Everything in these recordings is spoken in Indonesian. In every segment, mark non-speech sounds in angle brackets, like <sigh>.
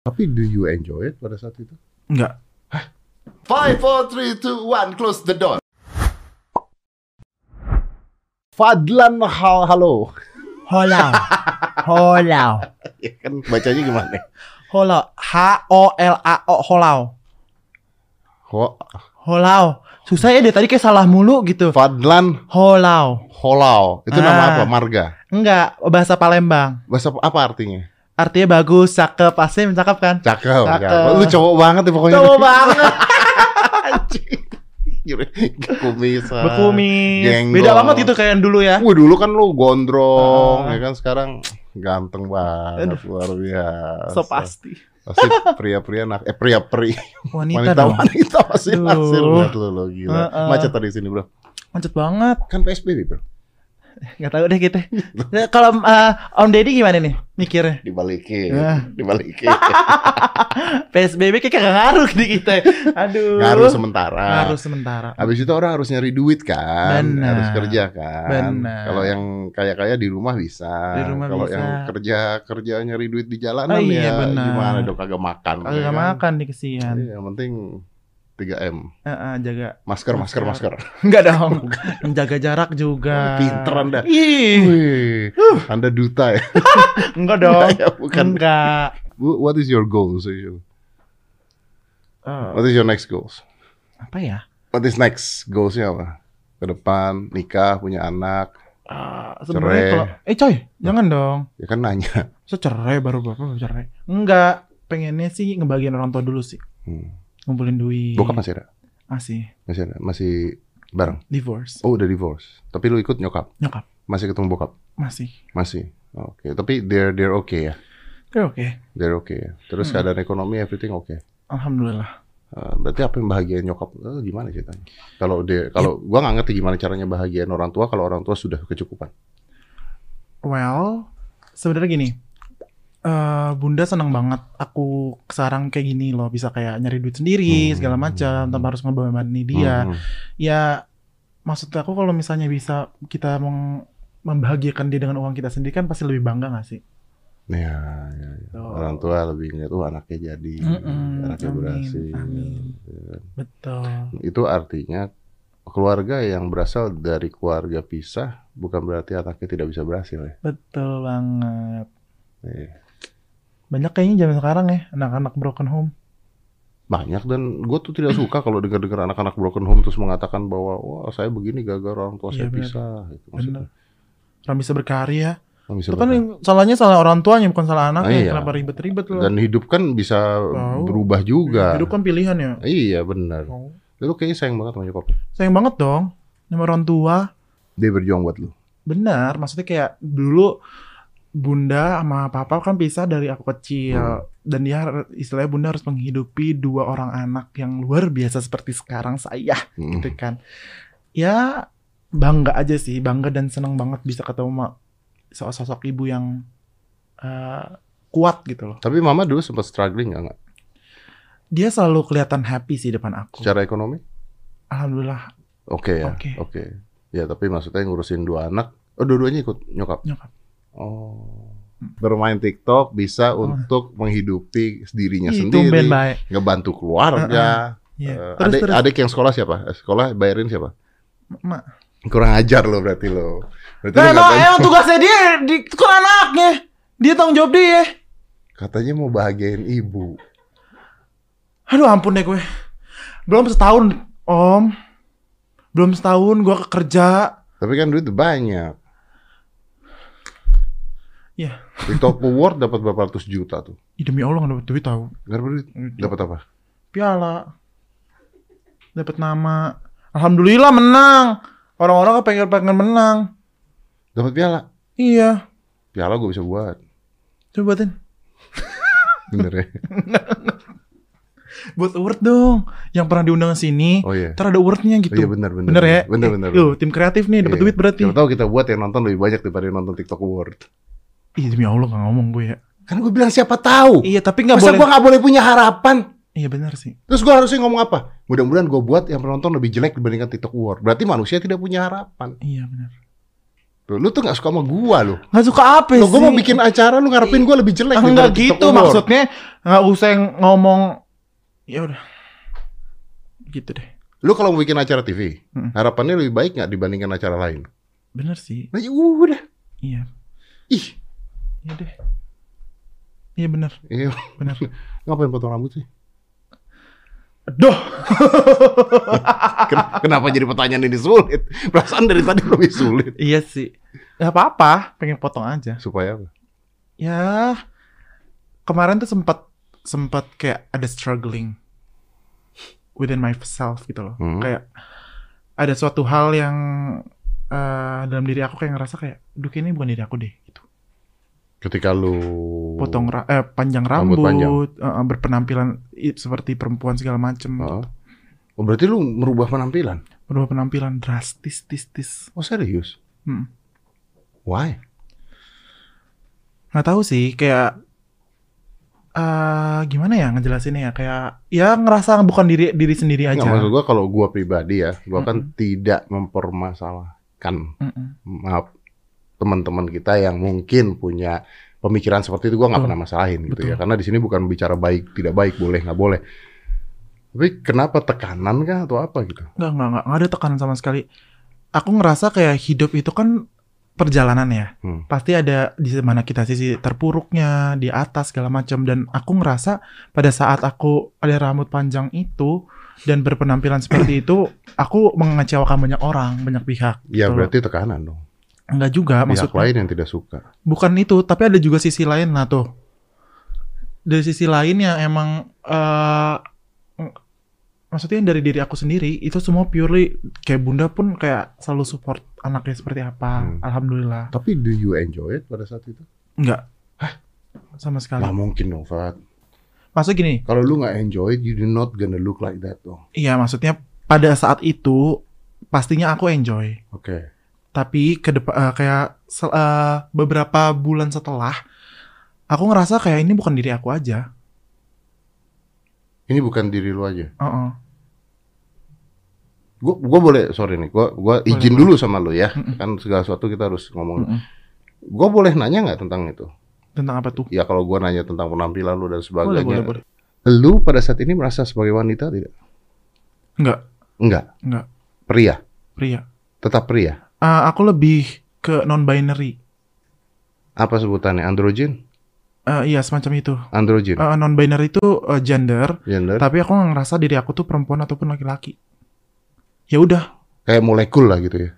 Tapi do you enjoy it pada saat itu? Enggak. Five, four, three, two, one, close the door. Fadlan hal halo. Holau. Holau. Ya kan bacanya gimana? Holau. H O L A O Holau. Ho Holau. Susah ya dia tadi kayak salah mulu gitu. Fadlan Holau. Holau. Itu nama Ah. apa? Marga. Enggak, oh, bahasa Palembang. Bahasa apa artinya? Artinya bagus, cakep, asim, cakep kan? Cakep. Cakep. cakep. Lu cowok banget ya pokoknya. <laughs> Coba banget. Anjing. Kumisan. Berkumis. Jenggol. Beda banget gitu kayak yang dulu ya. Wah dulu kan lu gondrong, Ah. ya kan sekarang ganteng banget luar biasa. So pasti. Pasti pria-pria nak eh pria-pria Wanita, wanita dong. wanita pasti Aduh. naksir banget lu, lu gila. Heeh. Macet tadi sini bro. Macet banget. Kan PSBB bro. Gak tahu deh kita. Nah, Kalau eh, Om Deddy gimana nih mikirnya? Dibalikin, Ya. dibalikin. PSBB kayak gak ngaruh di <laughs> kita. Aduh. Ngaruh sementara. Ngaruh sementara. Habis itu orang harus nyari duit kan, Benar. harus kerja kan. Benar. Kalau yang kaya-kaya di rumah bisa. Di rumah Kalau bisa. yang kerja kerja nyari duit di jalanan Oh, ya iya, benar. gimana dong kagak makan. Kalau ya gak kan? makan nih kesian. Iya, yang penting 3M. Heeh, jaga. Masker, masker, masker. <laughs> Enggak dong. Menjaga jarak juga. Pinter Anda. Ih, Wih, Anda duta ya? enggak dong. ya <laughs> bukan. Enggak. Wh- What is your goals? Yul? Eh, What is your next goals? apa ya? What is next goalsnya apa? Ke depan, nikah, punya anak. Eh, Ah, Cerai. sebenarnya kalau eh coy, jangan dong. Ya kan nanya. Secerai baru bapak baru cerai. Enggak, pengennya sih ngebagiin orang tua dulu sih. Hmm. Ngumpulin duit. Bokap masih ada? Masih. Masih ada? Masih bareng? Divorce. Oh udah divorce. Tapi lu ikut nyokap? Nyokap. Masih ketemu bokap? Masih. Masih. Oke. Tapi they're they're okay ya. Eh, Oke. They're okay. Ya. Terus Hmm. keadaan ekonomi everything oke. Alhamdulillah. Eh, berarti apa yang bahagiain nyokap Eh, gimana ceritanya? Kalau dia Ya. kalau gua nggak ngerti gimana caranya bahagiain orang tua kalau orang tua sudah kecukupan. Well, sebenarnya gini. eh bunda senang banget aku sekarang kayak gini loh bisa kayak nyari duit sendiri Hmm. segala macam tanpa harus ngebebani dia Hmm. ya maksud aku kalau misalnya bisa kita meng- membahagiakan dia dengan uang kita sendiri kan pasti lebih bangga gak sih? Ya, ya, ya. orang tua lebih ngeliat tuh anaknya jadi, Mm-mm. anaknya Amin, berhasil. Ya. amin. Betul. Itu artinya keluarga yang berasal dari keluarga pisah bukan berarti anaknya tidak bisa berhasil ya. Betul banget. Iya. Banyak kayaknya zaman sekarang ya anak-anak broken home. banyak dan gue tuh tidak suka kalau dengar-dengar anak-anak broken home terus mengatakan bahwa wah saya begini gagal orang tua Iya, saya benar. pisah gitu maksudnya. Orang bisa berkarya. Kan bisa Itu kan berubah. yang salahnya salah orang tuanya bukan salah anaknya. iya. Kenapa ribet-ribet loh? dan hidup kan bisa Tahu. berubah juga. Hidup kan pilihan ya. Iya benar. Oh. Lu kayaknya sayang banget sama nyokap. Sayang banget dong sama orang tua. Dia berjuang buat lu. Benar, maksudnya kayak dulu bunda sama papa kan pisah dari aku Hmm. kecil dan dia har- istilahnya bunda harus menghidupi dua orang anak yang luar biasa seperti sekarang saya Mm. gitu kan. Ya bangga aja sih, bangga dan senang banget bisa ketemu sama so- sosok ibu yang eh, kuat gitu loh. Tapi mama dulu sempat struggling nggak nggak? Dia selalu kelihatan happy sih depan aku. Secara ekonomi? Alhamdulillah Oke ya. Oke. Oke. Ya tapi maksudnya ngurusin dua anak. Oh dua-duanya ikut nyokap. nyokap. Oh. Bermain TikTok bisa Oh. untuk menghidupi dirinya Ih, sendiri, tumben baik. ngebantu keluarga. Iya. Eh, Terus adik, terus adik yang sekolah siapa? Eh, Sekolah bayarin siapa? Mak. Kurang ajar lo berarti lo. Berarti lo Nah, emang, katanya, emang tugasnya dia di ke anaknya. Dia tanggung jawab dia. katanya mau bahagiain ibu. Aduh ampun deh gue. Belum setahun, Om. Belum setahun gue kerja. Tapi kan duit banyak. Ya, TikTok Award dapat berapa ratus juta tuh. ih, demi Allah gak dapet duit tau. Gak dapat duit. Dapat apa? Piala. Dapat nama. Alhamdulillah menang. Orang-orang pengen pengen menang. Dapat piala. Iya. Piala gue bisa buat. Coba buatin. Bener <laughs> ya. Buat award dong. Yang pernah diundang sini. Oh iya. Ntar ada awardnya Oh gitu. iya benar benar. Bener ya? Benar Eh, benar. Duh, tim kreatif nih dapat Iya. duit berarti. Siapa tahu kita buat yang nonton lebih banyak daripada yang nonton TikTok Award. Ih, demi Allah gak ngomong gue ya. Kan gue bilang siapa tahu. Iya, tapi gak Masa boleh. gue nggak boleh punya harapan? Iya benar sih. Terus gue harusnya ngomong apa? Mudah-mudahan gue buat yang penonton lebih jelek dibandingkan TikTok Award. Berarti manusia tidak punya harapan. Iya benar. Lu tuh gak suka sama gua lu. nggak suka apa Lo sih? gua mau bikin acara lu ngarepin gua lebih jelek daripada enggak gitu TikTok umur. maksudnya nggak usah yang ngomong ya udah gitu deh Lu kalau mau bikin acara TV, Mm. harapannya lebih baik nggak dibandingkan acara lain? bener sih Nah, ya udah. iya Ih, iya deh iya bener iya. bener ngapain potong rambut sih? aduh Ken- <laughs> Kenapa jadi pertanyaan ini sulit? Perasaan dari tadi <laughs> lebih sulit. iya sih nggak apa-apa pengen potong aja Supaya apa? ya kemarin tuh sempat sempat kayak ada struggling within myself gitu loh Hmm. kayak ada suatu hal yang eh, dalam diri aku kayak ngerasa kayak duh kayaknya ini bukan diri aku deh gitu Ketika lu potong ra- eh, panjang Oh. Rambut rambut, panjang. eh, eh, berpenampilan i- seperti perempuan segala macem Oh. Oh, berarti lu merubah penampilan? berubah penampilan drastis tis tis Oh serius? Hmm. Why? nggak tahu sih kayak eh gimana ya ngejelasinnya ya kayak ya ngerasa bukan diri diri sendiri aja Nggak, maksud gua kalau gua pribadi ya, gua kan Mm-mm. tidak mempermasalahkan Mm-mm. maaf teman-teman kita yang mungkin punya pemikiran seperti itu gua nggak Betul. pernah masalahin gitu Betul. ya karena di sini bukan bicara baik tidak baik boleh nggak boleh tapi kenapa tekanan kah atau apa gitu Nggak, nggak, nggak. Nggak ada tekanan sama sekali. Aku ngerasa kayak hidup itu kan perjalanan ya. Hmm. Pasti ada di mana kita sisi terpuruknya, di atas segala macam. Dan aku ngerasa pada saat aku ada rambut panjang itu dan berpenampilan seperti <coughs> itu, aku mengecewakan banyak orang, banyak pihak. ya Betul. berarti tekanan dong Enggak juga, pihak maksudnya lain yang tidak suka bukan itu, tapi ada juga sisi lain lah tuh. Dari sisi lain yang emang eh ng- maksudnya dari diri aku sendiri itu semua purely kayak bunda pun kayak selalu support anaknya seperti apa. Hmm. Alhamdulillah. tapi do you enjoy it pada saat itu Enggak. Sama sekali. nggak mungkin dong Fat Maksudnya gini, kalau lu nggak enjoy it, you do not gonna look like that dong iya maksudnya pada saat itu pastinya aku enjoy. oke tapi ke depan kayak sel- eh, beberapa bulan setelah aku ngerasa kayak ini bukan diri aku aja. ini bukan diri lu aja ya? Heeh. gua gua boleh sorry nih gua gua izin Boleh, dulu sama lu ya Mm-mm. kan segala sesuatu kita harus ngomong Mm-mm. gua boleh nanya nggak tentang itu Tentang apa tuh? ya kalau gua nanya tentang penampilan lu dan sebagainya Boleh, boleh, boleh. Lu pada saat ini merasa sebagai wanita tidak? Enggak, Enggak. Enggak. Pria, pria. tetap pria. Eh, aku lebih ke non binary. Apa sebutannya? Androgen? iya, semacam itu. Androgen. non binary itu eh, gender, Gender. tapi aku ngerasa diri aku tuh perempuan ataupun laki-laki. Ya udah, Kayak molekul lah gitu ya.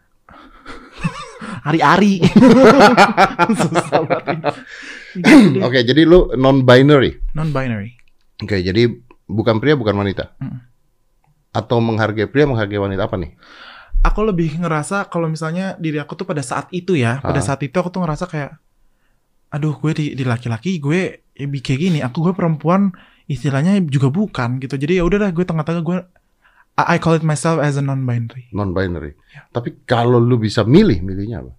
<laughs> ari-ari. Susah banget. Gitu deh. Oke, jadi lu non binary. non binary. Oke, jadi bukan pria bukan wanita. Mm. Atau menghargai pria menghargai wanita apa nih? aku lebih ngerasa kalau misalnya diri aku tuh pada saat itu ya, pada Ah. saat itu aku tuh ngerasa kayak, aduh gue di, di laki-laki gue ya bi- kayak gini, aku gue perempuan istilahnya juga bukan gitu. Jadi ya udahlah gue tengah-tengah gue I I call it myself as a non-binary. Non binary. Ya. Tapi kalau lu bisa milih, milihnya apa?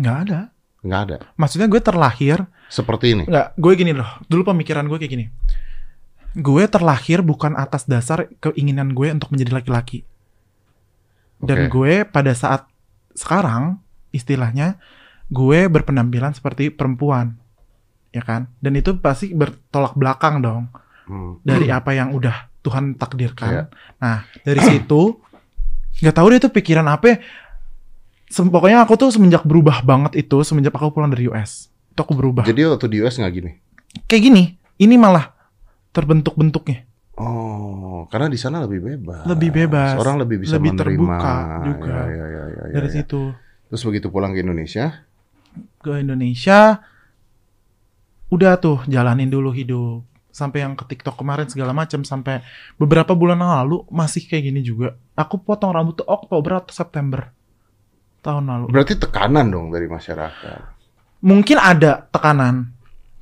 Nggak ada. Enggak ada. Maksudnya gue terlahir, Seperti ini. nggak, gue gini loh. Dulu pemikiran gue kayak gini. Gue terlahir bukan atas dasar keinginan gue untuk menjadi laki-laki. Dan Oke. gue pada saat sekarang istilahnya gue berpenampilan seperti perempuan. Ya kan? Dan itu pasti bertolak belakang dong Hmm. Iya. dari apa yang udah Tuhan takdirkan. Nah, dari situ nggak tahu deh itu pikiran apa. ya. Sem- pokoknya aku tuh semenjak berubah banget itu semenjak aku pulang dari US. Itu aku berubah. Jadi waktu di US nggak gini. Kayak gini, ini malah terbentuk-bentuknya. Oh, karena di sana lebih bebas. Lebih bebas. Orang lebih bisa Lebih menerima. terbuka juga. Ya, ya, ya, ya, ya, dari ya. situ Terus begitu pulang ke Indonesia, ke Indonesia udah tuh jalanin dulu hidup sampai yang ke TikTok kemarin segala macam sampai beberapa bulan yang lalu masih kayak gini juga aku potong rambut tuh Oktober atau September tahun lalu berarti tekanan dong dari masyarakat. mungkin ada tekanan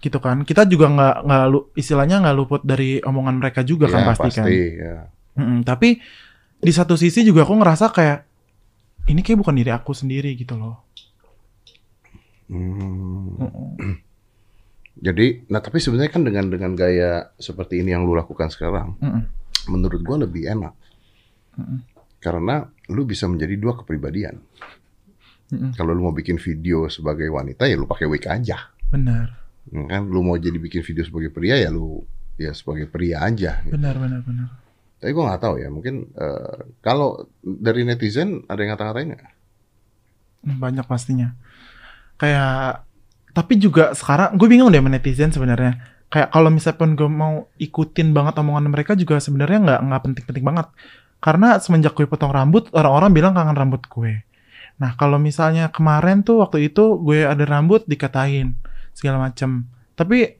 gitu kan kita juga nggak nggak lu istilahnya nggak luput dari omongan mereka juga kan Ya, pasti kan ya. Mm-mm, tapi di satu sisi juga aku ngerasa kayak ini kayak bukan diri aku sendiri gitu loh Hmm. Mm-mm. Jadi, nah tapi sebenarnya kan dengan dengan gaya seperti ini yang lu lakukan sekarang, Mm-mm. menurut gua lebih enak. Mm-mm. Karena lu bisa menjadi dua kepribadian. Mm-mm. Kalau lu mau bikin video sebagai wanita ya lu pakai wig aja. Benar, Ya Kan lu mau jadi bikin video sebagai pria ya lu ya sebagai pria aja. gitu. benar, benar, benar. Tapi gue nggak tahu ya, mungkin eh, kalau dari netizen ada yang ngata-ngatain nggak? Hmm, Banyak pastinya. Kayak tapi juga sekarang gue bingung deh sama netizen sebenarnya. Kayak kalau misalnya pun gue mau ikutin banget omongan mereka juga sebenarnya nggak nggak penting-penting banget. Karena semenjak gue potong rambut, orang-orang bilang kangen rambut gue. Nah, kalau misalnya kemarin tuh waktu itu gue ada rambut dikatain segala macem. Tapi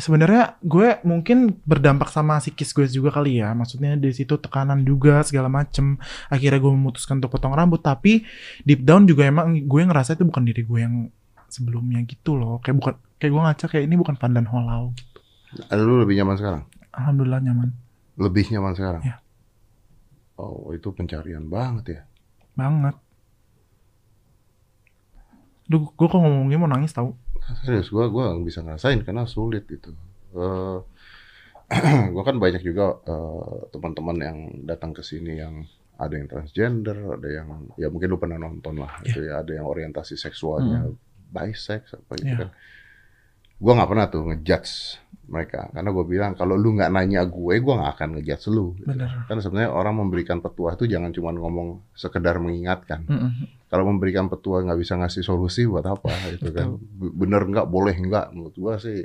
sebenarnya gue mungkin berdampak sama psikis gue juga kali ya. Maksudnya di situ tekanan juga segala macem. Akhirnya gue memutuskan untuk potong rambut. Tapi deep down juga emang gue ngerasa itu bukan diri gue yang sebelumnya gitu loh. Kayak bukan kayak gue ngaca kayak ini bukan pandan holau. Lu lebih nyaman sekarang? Alhamdulillah nyaman Lebih nyaman sekarang? Iya. Oh itu pencarian banget ya. banget. Duh, gue kok ngomongnya mau nangis tau. Serius gue gua nggak bisa ngerasain karena sulit gitu. Eh <clears throat> gue kan banyak juga eh, teman-teman yang datang ke sini yang ada yang transgender, ada yang ya mungkin lu pernah nonton lah gitu ya, ada yang orientasi seksualnya bisex apa gitu Iya. kan. Gue nggak pernah tuh ngejudge mereka karena gue bilang kalau lu nggak nanya gue, gue nggak akan ngejudge lu. gitu. Bener. Kan sebenarnya orang memberikan petua itu jangan cuma ngomong sekedar mengingatkan Mm-mm. kalau memberikan petua nggak bisa ngasih solusi buat apa gitu kan B- bener nggak boleh nggak menurut gua sih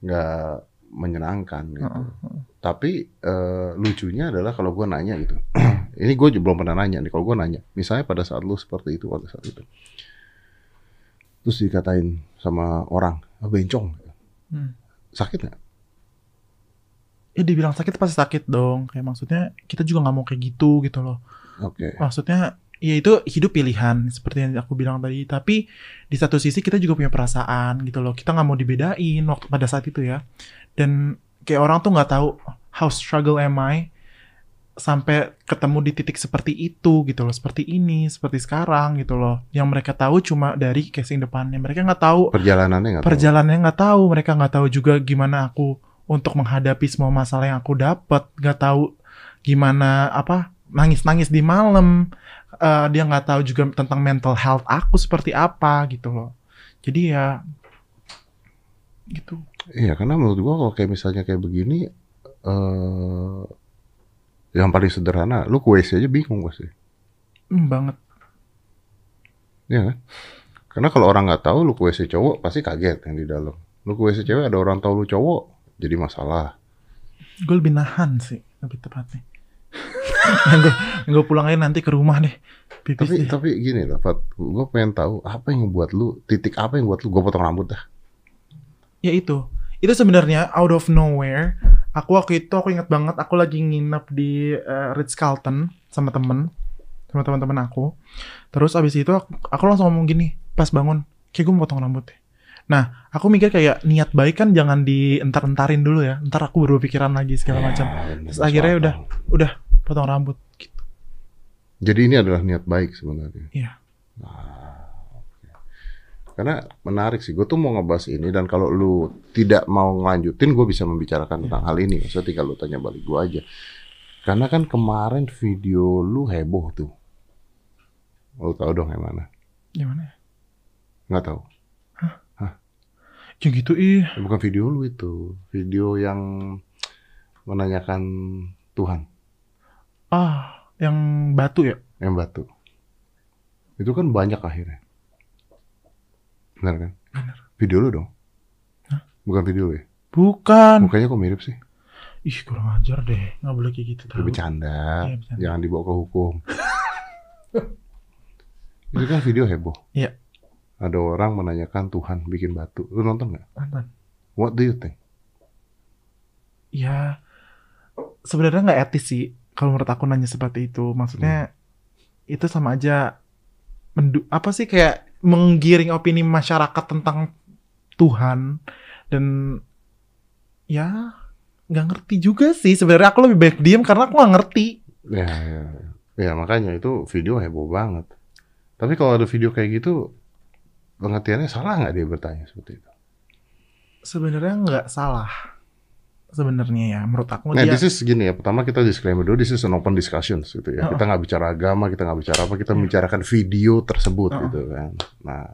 nggak menyenangkan gitu Mm-mm. tapi eh, lucunya adalah kalau gua nanya gitu <clears throat> ini gue belum pernah nanya nih kalau gua nanya misalnya pada saat lu seperti itu pada saat itu terus dikatain sama orang "Ah, bencong Hmm. sakit nggak Ya dibilang sakit pasti sakit dong. Kayak maksudnya kita juga nggak mau kayak gitu gitu loh. oke maksudnya ya itu hidup pilihan seperti yang aku bilang tadi tapi di satu sisi kita juga punya perasaan gitu loh kita nggak mau dibedain waktu pada saat itu ya dan kayak orang tuh nggak tahu how struggle am I sampai ketemu di titik seperti itu gitu loh seperti ini seperti sekarang gitu loh yang mereka tahu cuma dari casing depannya mereka nggak tahu perjalanannya nggak tahu. perjalanannya nggak tahu mereka nggak tahu juga gimana aku untuk menghadapi semua masalah yang aku dapat nggak tahu gimana apa nangis-nangis di malam Eh, dia nggak tahu juga tentang mental health aku seperti apa gitu loh jadi ya gitu Iya, karena menurut gua kalau kayak misalnya kayak begini, eh yang paling sederhana, lu ke WC aja bingung pasti, Hmm, banget iya kan? Karena kalau orang nggak tahu lu ke WC cowok pasti kaget yang di dalam. Lu ke WC cewek ada orang tahu lu cowok, jadi masalah. gue lebih nahan sih lebih tepatnya gue pulang aja nanti ke rumah deh pipis Tapi deh. tapi gini lah, Fat, gua pengen tahu apa yang buat lu titik apa yang buat lu gua potong rambut dah. ya itu itu sebenarnya out of nowhere aku waktu itu aku ingat banget aku lagi nginep di eh, Ritz Carlton sama temen sama teman-teman aku terus abis itu aku, aku langsung ngomong gini pas bangun kayak gue mau potong rambut deh." nah aku mikir kayak niat baik kan jangan dientar-entarin dulu ya ntar aku baru pikiran lagi Ya, segala macam Terus akhirnya udah. udah potong rambut gitu Jadi ini adalah niat baik sebenarnya. Iya. Nah, oke. Karena menarik sih, gue tuh mau ngebahas ini dan kalau lu tidak mau ngelanjutin, gue bisa membicarakan tentang hal ini. Maksudnya tinggal lu tanya balik gue aja. Karena kan kemarin video lu heboh tuh. Lu tau dong yang mana? gimana ya Nggak tahu. ya gitu ih Ya, bukan video lu itu, video yang menanyakan Tuhan ah yang batu ya yang batu. Itu kan banyak akhirnya. Benar kan? Video lu dong. Bukan video lu ya? bukan Mukanya kok mirip sih? ih kurang ajar deh nggak boleh kayak gitu Ya, tahu bercanda. Iya, bercanda. Jangan dibawa ke hukum. <laughs> itu kan video heboh. Iya. Ada orang menanyakan Tuhan bikin batu. Lu nonton nggak? Mantan. What do you think? ya sebenarnya nggak etis sih kalau menurut aku nanya seperti itu maksudnya itu sama aja mendu apa sih kayak menggiring opini masyarakat tentang Tuhan dan ya nggak ngerti juga sih sebenarnya aku lebih baik diam karena aku nggak ngerti Ya, ya, ya. Ya, makanya itu video heboh banget. Tapi kalau ada video kayak gitu, pengertiannya salah nggak dia bertanya seperti itu? sebenarnya nggak salah sebenarnya ya menurut aku Nah, dia this is gini ya. Pertama kita disclaimer dulu, this is an open discussion gitu ya. Uh-uh. Kita nggak bicara agama, kita nggak bicara apa, kita Iya. membicarakan video tersebut Uh-uh. gitu kan. Nah,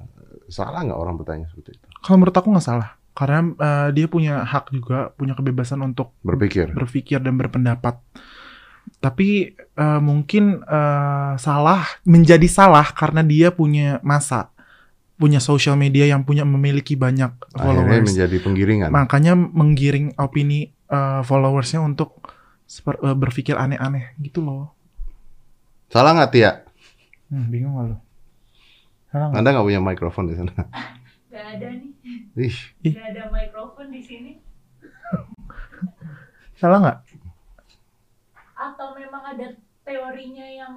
salah nggak orang bertanya seperti itu? kalau menurut aku nggak salah karena eh, dia punya hak juga punya kebebasan untuk Berpikir. berpikir dan berpendapat tapi eh, mungkin eh, salah menjadi salah karena dia punya masa punya social media yang punya memiliki banyak Akhirnya followers menjadi penggiringan. makanya menggiring opini eh, followersnya untuk seper- eh, berpikir aneh-aneh gitu loh Salah nggak Tia? Hmm, bingung gak lo Salah nggak? Anda nggak punya mikrofon di sana? <laughs> Gak ada nih, Ih, Ih. gak ada mikrofon di sini. salah nggak Atau memang ada teorinya yang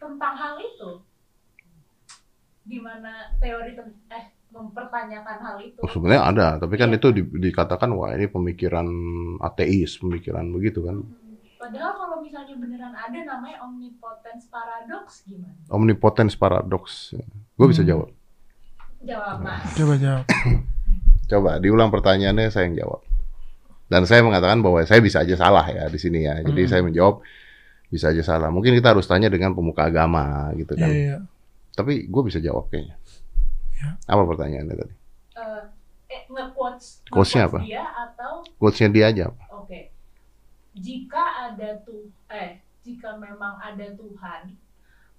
tentang hal itu? Dimana teori ten- eh mempertanyakan hal itu? oh, sebenarnya ada, tapi Iya. kan itu di- dikatakan wah ini pemikiran ateis, pemikiran begitu kan. Hmm, Padahal kalau misalnya beneran ada namanya omnipotence paradox gimana? Omnipotence paradox. Gue bisa Hmm. jawab. Jawab mas. coba jawab Coba diulang pertanyaannya saya yang jawab. Dan saya mengatakan bahwa saya bisa aja salah ya di sini ya. Jadi Hmm. saya menjawab bisa aja salah. Mungkin kita harus tanya dengan pemuka agama gitu Iya, kan. iya. Tapi gue bisa jawab kayaknya. Ya. Apa pertanyaannya tadi? Eh, eh nge-quotes Quotes-nya apa? nge-quotes dia atau Quotes-nya dia aja. apa? Oke. Jika ada tuh eh jika memang ada Tuhan,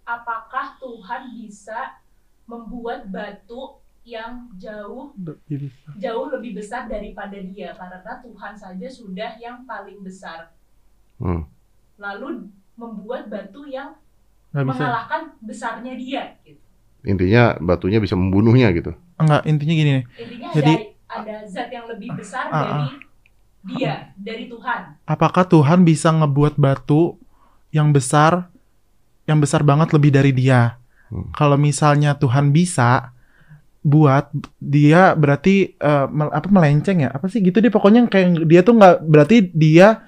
apakah Tuhan bisa membuat batu yang jauh Udah, jadi. jauh lebih besar daripada dia karena Tuhan saja sudah yang paling besar. Hmm. Lalu membuat batu yang nggak bisa mengalahkan besarnya dia gitu. Intinya batunya bisa membunuhnya gitu. nggak intinya gini nih Intinya Jadi- ada ada zat yang lebih besar Ah, ah. dari dia, dari Tuhan. apakah Tuhan bisa ngebuat batu yang besar yang besar banget lebih dari dia Hmm. kalau misalnya Tuhan bisa buat dia berarti eh, mel- apa melenceng ya apa sih gitu dia pokoknya kayak dia tuh nggak berarti dia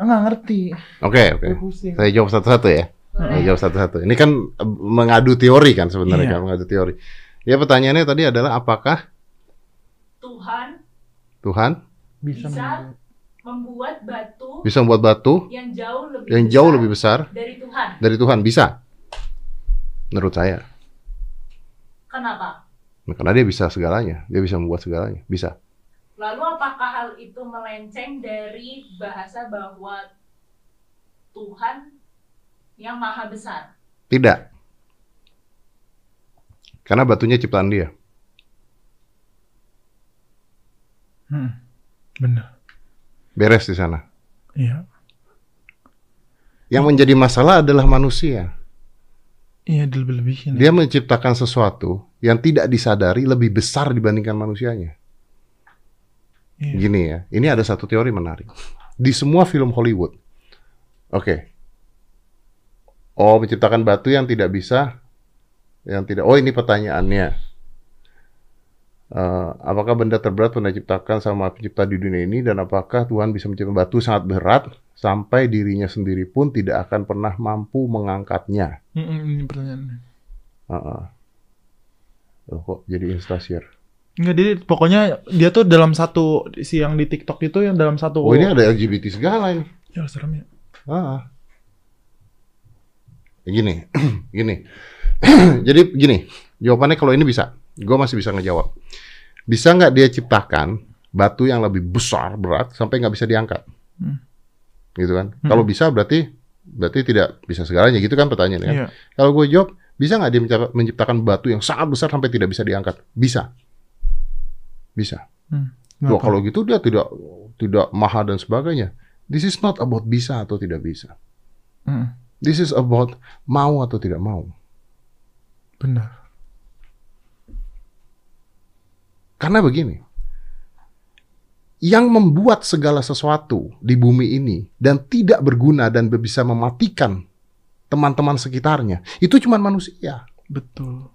ah, nggak ngerti Oke, oke. Gue pusing Saya jawab satu-satu ya. Saya Ah, Boleh. jawab satu-satu. Ini kan eh, mengadu teori kan sebenarnya Iya. kan mengadu teori. Ya pertanyaannya tadi adalah apakah Tuhan Tuhan bisa, Bisa. menurut- membuat batu bisa membuat batu yang jauh lebih yang besar jauh lebih besar dari Tuhan. dari Tuhan bisa? Menurut saya. Kenapa? Nah, karena dia bisa segalanya, dia bisa membuat segalanya, bisa. Lalu apakah hal itu melenceng dari bahasa bahwa Tuhan yang maha besar? Tidak. Karena batunya ciptaan dia. Hmm. bener Beres di sana. iya Yang menjadi masalah adalah manusia. iya lebih lebihin Dia menciptakan sesuatu yang tidak disadari lebih besar dibandingkan manusianya. Iya. Gini ya, ini ada satu teori menarik. Di semua film Hollywood. Oke. Oh, menciptakan batu yang tidak bisa yang tidak. Oh, ini pertanyaannya. Eh, apakah benda terberat pernah diciptakan sama pencipta di dunia ini dan apakah Tuhan bisa menciptakan batu sangat berat sampai dirinya sendiri pun tidak akan pernah mampu mengangkatnya? Mm-mm, ini pertanyaannya Heeh. Loh, kok jadi instasir? Enggak, dia pokoknya dia tuh dalam satu si yang di TikTok itu yang dalam satu Oh, ini ada LGBT segala ini. ya serem ya. Ah. Gini, <clears throat> gini. Jadi gini, jawabannya kalau ini bisa, gue masih bisa ngejawab. Bisa nggak dia ciptakan batu yang lebih besar berat sampai nggak bisa diangkat, Hmm. gitu kan? Hmm. Kalau bisa berarti berarti tidak bisa segalanya, gitu kan pertanyaannya? kan? Iya. Kalau gue jawab, bisa nggak dia menca- menciptakan batu yang sangat besar sampai tidak bisa diangkat? Bisa, bisa. Wah, Kenapa? kalau gitu dia tidak tidak maha dan sebagainya. This is not about bisa atau tidak bisa. Mm, This is about mau atau tidak mau. benar. Karena begini, yang membuat segala sesuatu di bumi ini dan tidak berguna dan bisa mematikan teman-teman sekitarnya, itu cuma manusia. Betul.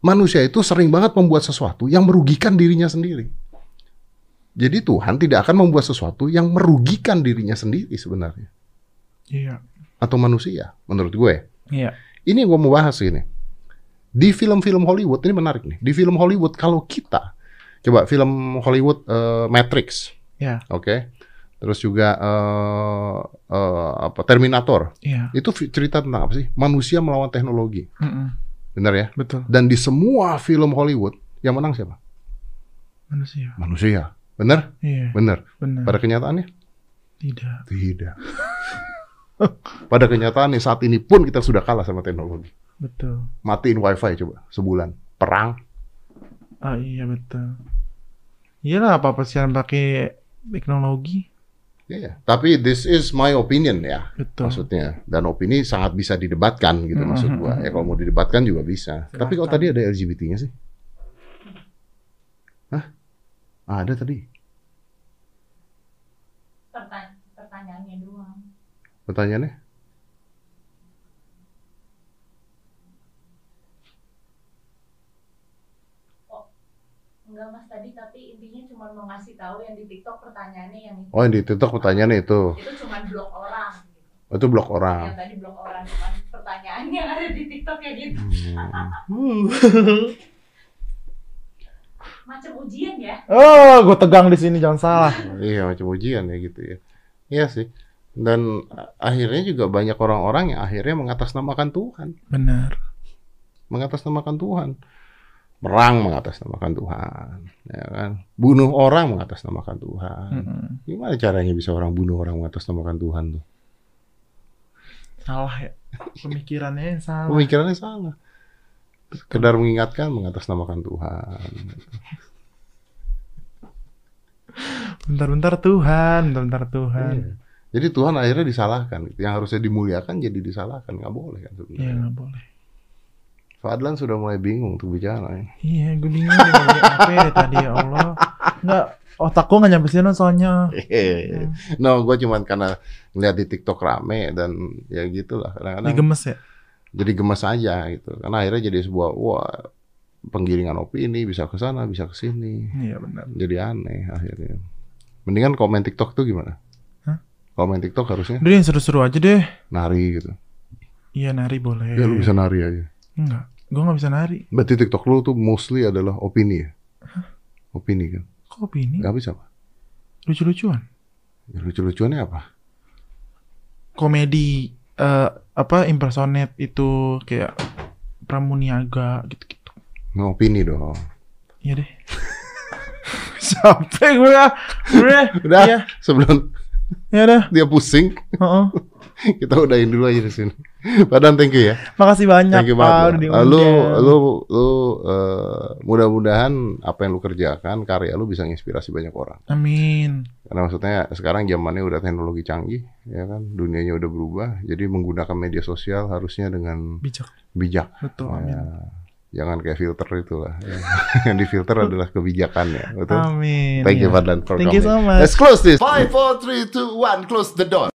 Manusia itu sering banget membuat sesuatu yang merugikan dirinya sendiri. Jadi Tuhan tidak akan membuat sesuatu yang merugikan dirinya sendiri sebenarnya. Iya. Atau manusia, menurut gue. Iya. Ini yang gue mau bahas ini. Di film-film Hollywood, ini menarik nih. Di film Hollywood, kalau kita Coba film Hollywood eh, Matrix. Ya. Oke. Terus juga eh eh, apa Terminator. Iya. Itu fi- cerita tentang apa sih? Manusia melawan teknologi. Mm-mm. Benar ya? Betul. Dan di semua film Hollywood yang menang siapa? Manusia. Manusia. Benar? Iya. Benar. Benar. Pada kenyataannya? Tidak. Tidak. <laughs> Pada kenyataannya saat ini pun kita sudah kalah sama teknologi. Betul. Matiin wifi coba sebulan. Perang. Ah iya betul. Iyalah apa apa sih yang pakai teknologi? Ya, ya. Tapi this is my opinion ya. Betul. maksudnya dan opini sangat bisa didebatkan gitu Mm, maksud mm, gua mm, ya kalau mau didebatkan juga bisa tapi kalau tadi Silahkan. ada LGBT-nya sih Hah? Ah, ada tadi Pertanya- pertanyaannya doang. pertanyaannya Enggak mas tadi tapi intinya cuma mau ngasih tahu yang di TikTok pertanyaannya yang itu. oh yang di TikTok pertanyaannya itu Oh, Itu cuma blok orang. Gitu. itu blok orang Yang tadi blok orang cuman pertanyaannya yang ada di TikTok ya gitu. Hmm. Macam ujian ya. Oh, gue tegang di sini jangan salah. iya macam ujian ya gitu ya iya sih dan a- akhirnya juga banyak orang-orang yang akhirnya mengatasnamakan Tuhan Benar. mengatasnamakan Tuhan merang mengatasnamakan Tuhan ya kan bunuh orang mengatasnamakan Tuhan Mm-mm. Gimana caranya bisa orang bunuh orang mengatasnamakan Tuhan tuh? Salah ya. Pemikirannya yang salah. Pemikirannya salah. Sekedar mengingatkan mengatasnamakan Tuhan. Bentar-bentar Tuhan, bentar-bentar Tuhan. Iya. Jadi Tuhan akhirnya disalahkan. gitu. Yang harusnya dimuliakan jadi disalahkan. Nggak boleh kan Iya sebenarnya. nggak boleh. Fadlan sudah mulai bingung untuk bicara. ya. Iya, gue bingung mau ngomong apa ya tadi ya Allah. Nggak, otak gue nggak nyampe sini soalnya. Hmm. no, gue cuman karena ngeliat di TikTok rame dan ya gitulah. Kadang-kadang Digemes ya. jadi gemes aja gitu. Karena akhirnya jadi sebuah wah penggiringan opini bisa ke sana, bisa ke sini. Iya benar. Jadi aneh akhirnya. Mendingan komen TikTok tuh gimana? Hah? Komen TikTok harusnya Udah yang seru-seru aja deh. nari gitu. Iya nari boleh. Ya lu bisa nari aja. Enggak, gue nggak bisa nari. Berarti TikTok lu tuh mostly adalah opini ya? Opini kan? Kok opini? Gak bisa apa? Lucu-lucuan. Ya, Lucu-lucuannya apa? komedi eh, apa impersonate itu kayak Pramuniaga gitu-gitu. Nggak opini dong. Iya deh. <laughs> Sampai gue ya. Udah. Udah Iya. sebelum Ya udah. dia pusing, <laughs> Heeh. kita udahin dulu aja di sini. Padahal thank you ya. Makasih banyak Thank you Pak, udah banget. Lu diundang. lu lu, lu eh, mudah-mudahan apa yang lu kerjakan karya lu bisa nginspirasi banyak orang. Amin. Karena maksudnya sekarang zamannya udah teknologi canggih, ya kan, dunianya udah berubah. Jadi menggunakan media sosial harusnya dengan Bijak. bijak. Ya, Betul. Oh, Amin. jangan kayak filter itulah. <laughs> Ya. Yang difilter adalah kebijakannya, betul. Amin. Thank you ya. Fadlan for Thank you coming. so much. Let's close this. Five, four, three, two, one. Close the door.